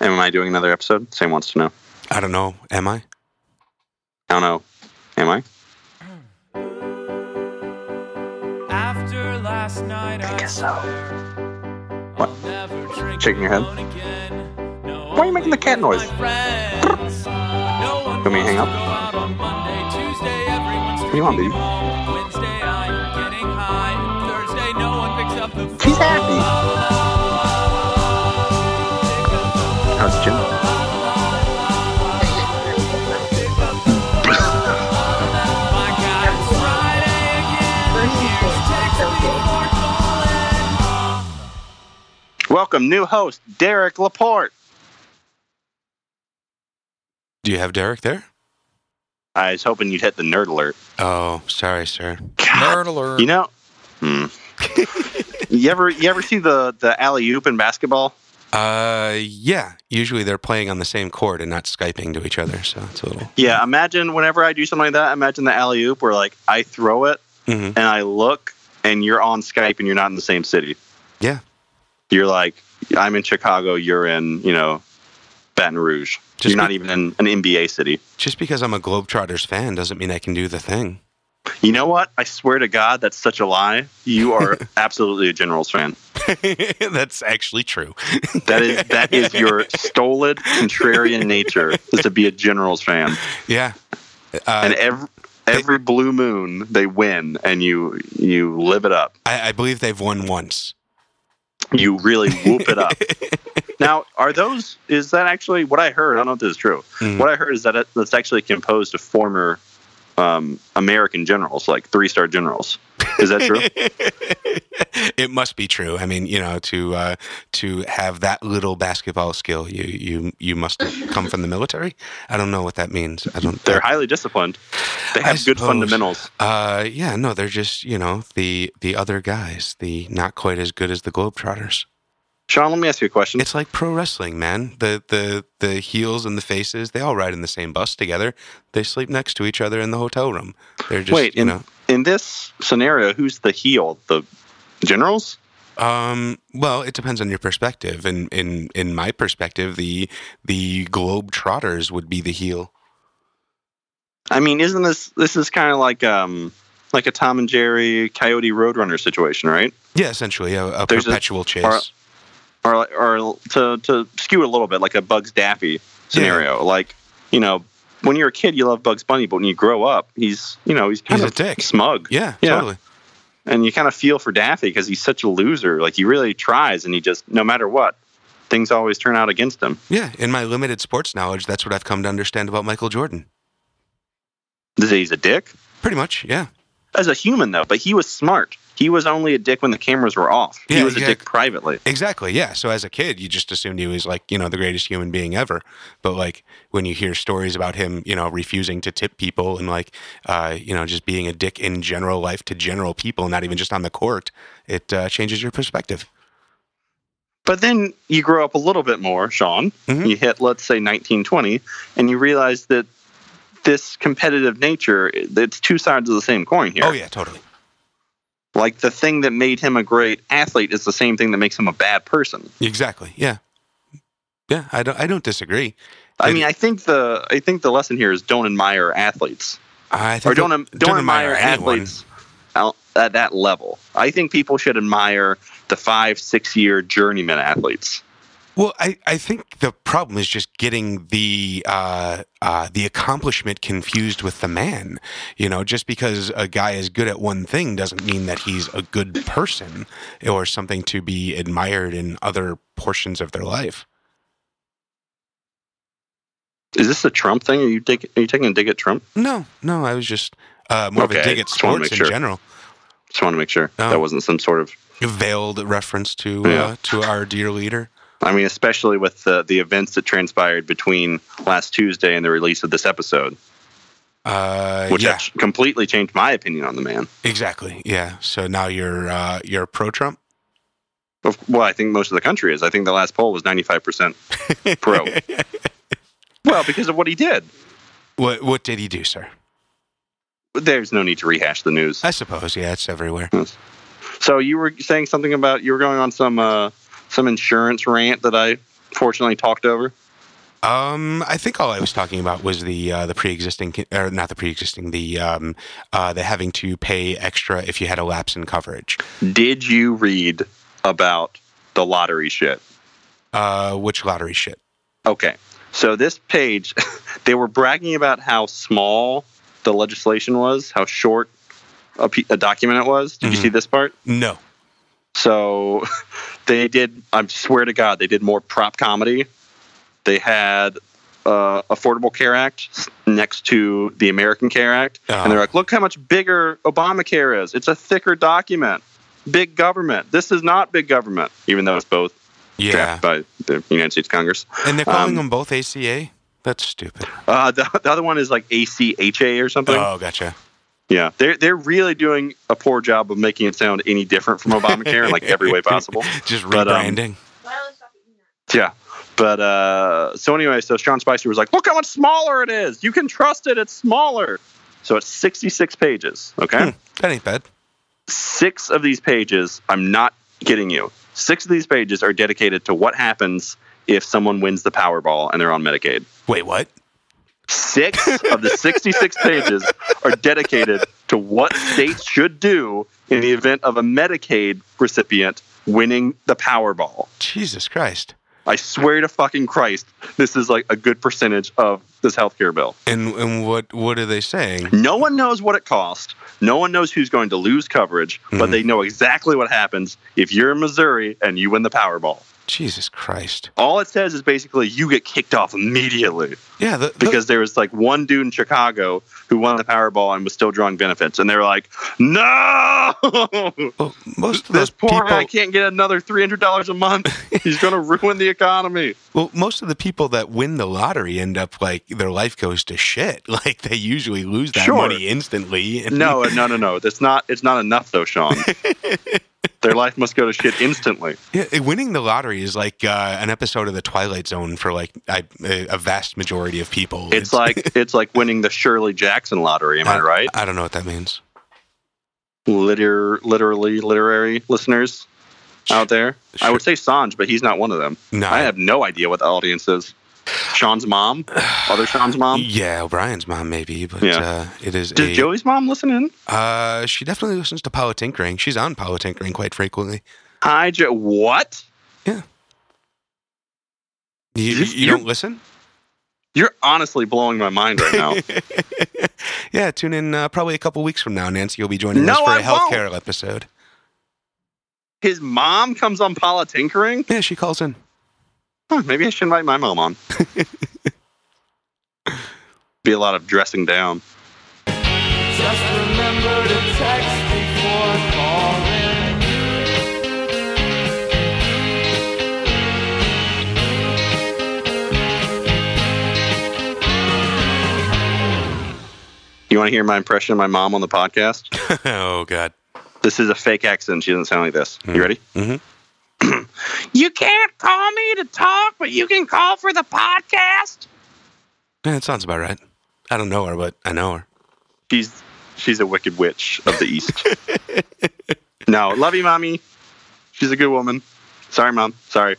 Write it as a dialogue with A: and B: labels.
A: Am I doing another episode? Sam wants to know.
B: I don't know. Am I?
A: I don't know. Am I?
C: After last night, I
A: guess so.
C: swear
A: What?
C: I'll never drink
A: Shaking your head?
C: alone again. No,
A: Why are you making the
C: only
A: cat
C: with
A: noise?
C: my friends. no one
A: Want me to hang
C: wants
A: up?
C: to go out on Monday, Tuesday, everyone's
A: do you want,
C: drinking
A: baby?
C: at home. Wednesday, I'm getting high. And Thursday, no one picks up the phone.
A: She's happy. How's Jim?
C: My God, it's Friday again. Here's text before calling.
A: Welcome, new host Derek Laporte.
B: Do you have Derek there?
A: I was hoping you'd hit the nerd alert.
B: Oh, sorry, sir.
D: Nerd
A: God,
D: alert.
A: you know, hmm. you ever you ever see the the alley oop in basketball?
B: Uh, yeah. Usually they're playing on the same court and not skyping to each other, so it's a little.
A: Yeah. Imagine whenever I do something like that. Imagine the alley oop where like I throw it
B: hmm
A: and I look and you're on Skype and you're not in the same city.
B: Yeah.
A: You're like I'm in Chicago. You're in you know Baton Rouge.
B: Just
A: you're not
B: be-
A: even in an NBA city.
B: Just because I'm a Globetrotters fan doesn't mean I can do the thing.
A: You know what? I swear to God, that's such a lie. You are absolutely a Generals fan.
B: That's actually true.
A: That is that is your stolen contrarian nature is to be a Generals fan.
B: Yeah. Uh,
A: And every every blue moon they win and you you live it up.
B: I, I believe they've won once.
A: You really whoop it up. now, are those is that actually what I heard? I don't know if this is true.
B: Mm.
A: What I heard is that it, that's actually composed of former um, American generals, like three star generals. Is that true?
B: it must be true. I mean, you know, to uh, to have that little basketball skill, you you you must have come from the military. I don't know what that means. I don't.
A: They're highly disciplined. They have
B: I
A: good
B: suppose.
A: fundamentals.
B: Uh, yeah, no, they're just you know the the other guys, the not quite as good as the Globetrotters.
A: Sean, let me ask you a question.
B: It's like pro wrestling, man. The the the heels and the faces, they all ride in the same bus together. They sleep next to each other in the hotel room. They're just
A: Wait,
B: you
A: in-
B: know.
A: in this scenario, who's the heel? The generals?
B: Um, well, it depends on your perspective. And in in my perspective, the the Globetrotters would be the heel.
A: I mean, isn't this this is kind of like um like a Tom and Jerry Coyote Roadrunner situation, right?
B: Yeah, essentially a, a
A: There's a-
B: perpetual chase.
A: or- Or or to to skew it a little bit, like a Bugs Daffy scenario. Like you know, when you're a kid, you love Bugs Bunny, but when you grow up, he's you know he's kind
B: He's a
A: of
B: dick.
A: smug,
B: yeah,
A: Yeah.
B: totally.
A: and you kind of feel for Daffy because he's such a loser. Like he really tries, and he just no matter what, things always turn out against him.
B: Yeah, in my limited sports knowledge, that's what I've come to understand about Michael Jordan.
A: Does he- He's a dick
B: Pretty much, yeah.
A: as a human though, but he was smart. He was only a dick when the cameras were off. he
B: Yeah,
A: was a
B: exact-
A: dick privately.
B: Exactly. Yeah. So as a kid, you just assumed he was like, you know, the greatest human being ever. But like when you hear stories about him, you know, refusing to tip people and like, uh, you know, just being a dick in general life to general people, not even just on the court, it uh, changes your perspective.
A: But then you grow up a little bit more, Sean.
B: Mhm.
A: You hit, let's say, 1920, and you realize that this competitive nature, it's two sides of the same coin here.
B: Oh yeah, totally.
A: Like the thing that made him a great athlete is the same thing that makes him a bad person.
B: Exactly. Yeah. Yeah. I don't. I don't disagree.
A: I
B: And-
A: mean, I think the I think the lesson here is don't admire athletes
B: I think
A: or don't don't, admire,
B: anyone.
A: athletes out at that level. I think people should admire the five six year journeyman athletes.
B: Well, I, I think the problem is just getting the uh, uh, the accomplishment confused with the man. You know, just because a guy is good at one thing doesn't mean that he's a good person or something to be admired in other portions of their life.
A: Is this a Trump thing? Are you dig, are you taking a dig at Trump?
B: No, no, I was just uh, more of a
A: Okay,
B: dig at
A: just wanna
B: sports
A: make
B: in
A: sure.
B: general.
A: Just want to make sure
B: No.
A: that wasn't some sort of
B: Veiled reference to uh,
A: Yeah.
B: to our dear leader.
A: I mean, especially with the the events that transpired between last Tuesday and the release of this episode,
B: Uh,
A: which
B: yeah,
A: actu- completely changed my opinion on the man.
B: exactly. Yeah. So now you're uh, you're pro Trump.
A: Of- Well, I think most of the country is. I think the last poll was ninety five percent pro. well, because of what he did.
B: What what did he do, sir?
A: There's no need to rehash the news.
B: I suppose. Yeah, it's everywhere.
A: So you were saying something about you were going on some uh, some insurance rant that I fortunately talked over?
B: Um, I think all I was talking about was the uh, the pre-existing, or not the pre-existing, the um, uh, the having to pay extra if you had a lapse in coverage.
A: Did you read about the lottery shit?
B: Uh, which lottery shit?
A: Okay. So this page, they were bragging about how small the legislation was, how short a, pe- a document it was. Did you
B: Mhm.
A: see this part?
B: No.
A: So they did. I swear to God, they did more prop comedy. They had uh, Affordable Care Act next to the American Care Act, and they're
B: Oh.
A: like, "Look how much bigger Obamacare is. It's a thicker document. Big government. This is not big government, even though it's both
B: Yeah.
A: drafted by the United States Congress."
B: And they're calling
A: Um,
B: them both ACA. That's stupid.
A: Uh, the, the other one is like ACHA or something.
B: Oh, gotcha.
A: Yeah, they're they're really doing a poor job of making it sound any different from Obamacare in like every way possible.
B: Just
A: But, um,
B: rebranding.
A: Yeah. But uh, so anyway, so Sean Spicer was like, "Look how much smaller it is. You can trust it. It's smaller." So it's 66 pages. Okay,
B: Hmm, that ain't bad.
A: six of these pages. I'm not kidding you. Six of these pages are dedicated to what happens if someone wins the Powerball and they're on Medicaid.
B: Wait, what?
A: Six of the 66 pages are dedicated to what states should do in the event of a Medicaid recipient winning the Powerball.
B: Jesus Christ.
A: I swear to fucking Christ, this is like a good percentage of this healthcare bill.
B: And and what what are they saying?
A: No one knows what it costs. No one knows who's going to lose coverage, but
B: Mhm.
A: they know exactly what happens if you're in Missouri and you win the Powerball.
B: Jesus Christ.
A: All it says is basically you get kicked off immediately
B: Yeah, the, the-
A: because there was like one dude in Chicago who won the Powerball and was still drawing benefits, and they were like, "No,
B: well, oh, most of
A: this
B: those
A: poor
B: people,
A: guy can't get another three hundred dollars a month. He's going to ruin the economy."
B: well, most of the people that win the lottery end up like their life goes to shit. Like they usually lose that
A: Sure.
B: money instantly. And,
A: No, no, no, no. That's not. It's not enough, though, Sean. Their life must go to shit instantly.
B: Yeah, it- winning the lottery is like uh, an episode of the Twilight Zone for like I, a a vast majority of people.
A: It's like it's like winning the Shirley Jackson lottery. Am
B: Uh,
A: I right?
B: I don't know what that means.
A: Liter, literally, literary listeners out there. I would say Sanj, but he's not one of them.
B: No,
A: I have no idea what the audience is. Sean's mom, other Sean's mom.
B: yeah, O'Brien's mom maybe, but
A: Yeah.
B: uh, it is.
A: Did
B: a-
A: Joey's mom listen in?
B: Uh, she definitely listens to Politinkering. She's on Politinkering quite frequently.
A: Hi, Joe. What?
B: You,
A: You-
B: you,
A: you're-
B: don't listen?
A: You're honestly blowing my mind right now.
B: yeah, tune in uh, probably a couple weeks from now. Nancy will be joining
A: No,
B: us for a
A: I won't.
B: healthcare episode.
A: His mom comes on politinkering.
B: Yeah, she calls in.
A: Huh, Hmm, maybe I should invite my mom on. Be a lot of dressing down.
C: Just remember to text before calling.
A: You want to hear my impression of my mom on the podcast?
B: oh God.
A: This is a fake accent. She doesn't sound like this. You ready?
B: Mhm.
A: you can't call me to talk, but you can call for the podcast.
B: Yeah, it sounds about right. I don't know her, but I know her.
A: She's she's a wicked witch of the east. no, love you, mommy. She's a good woman. Sorry, mom. Sorry.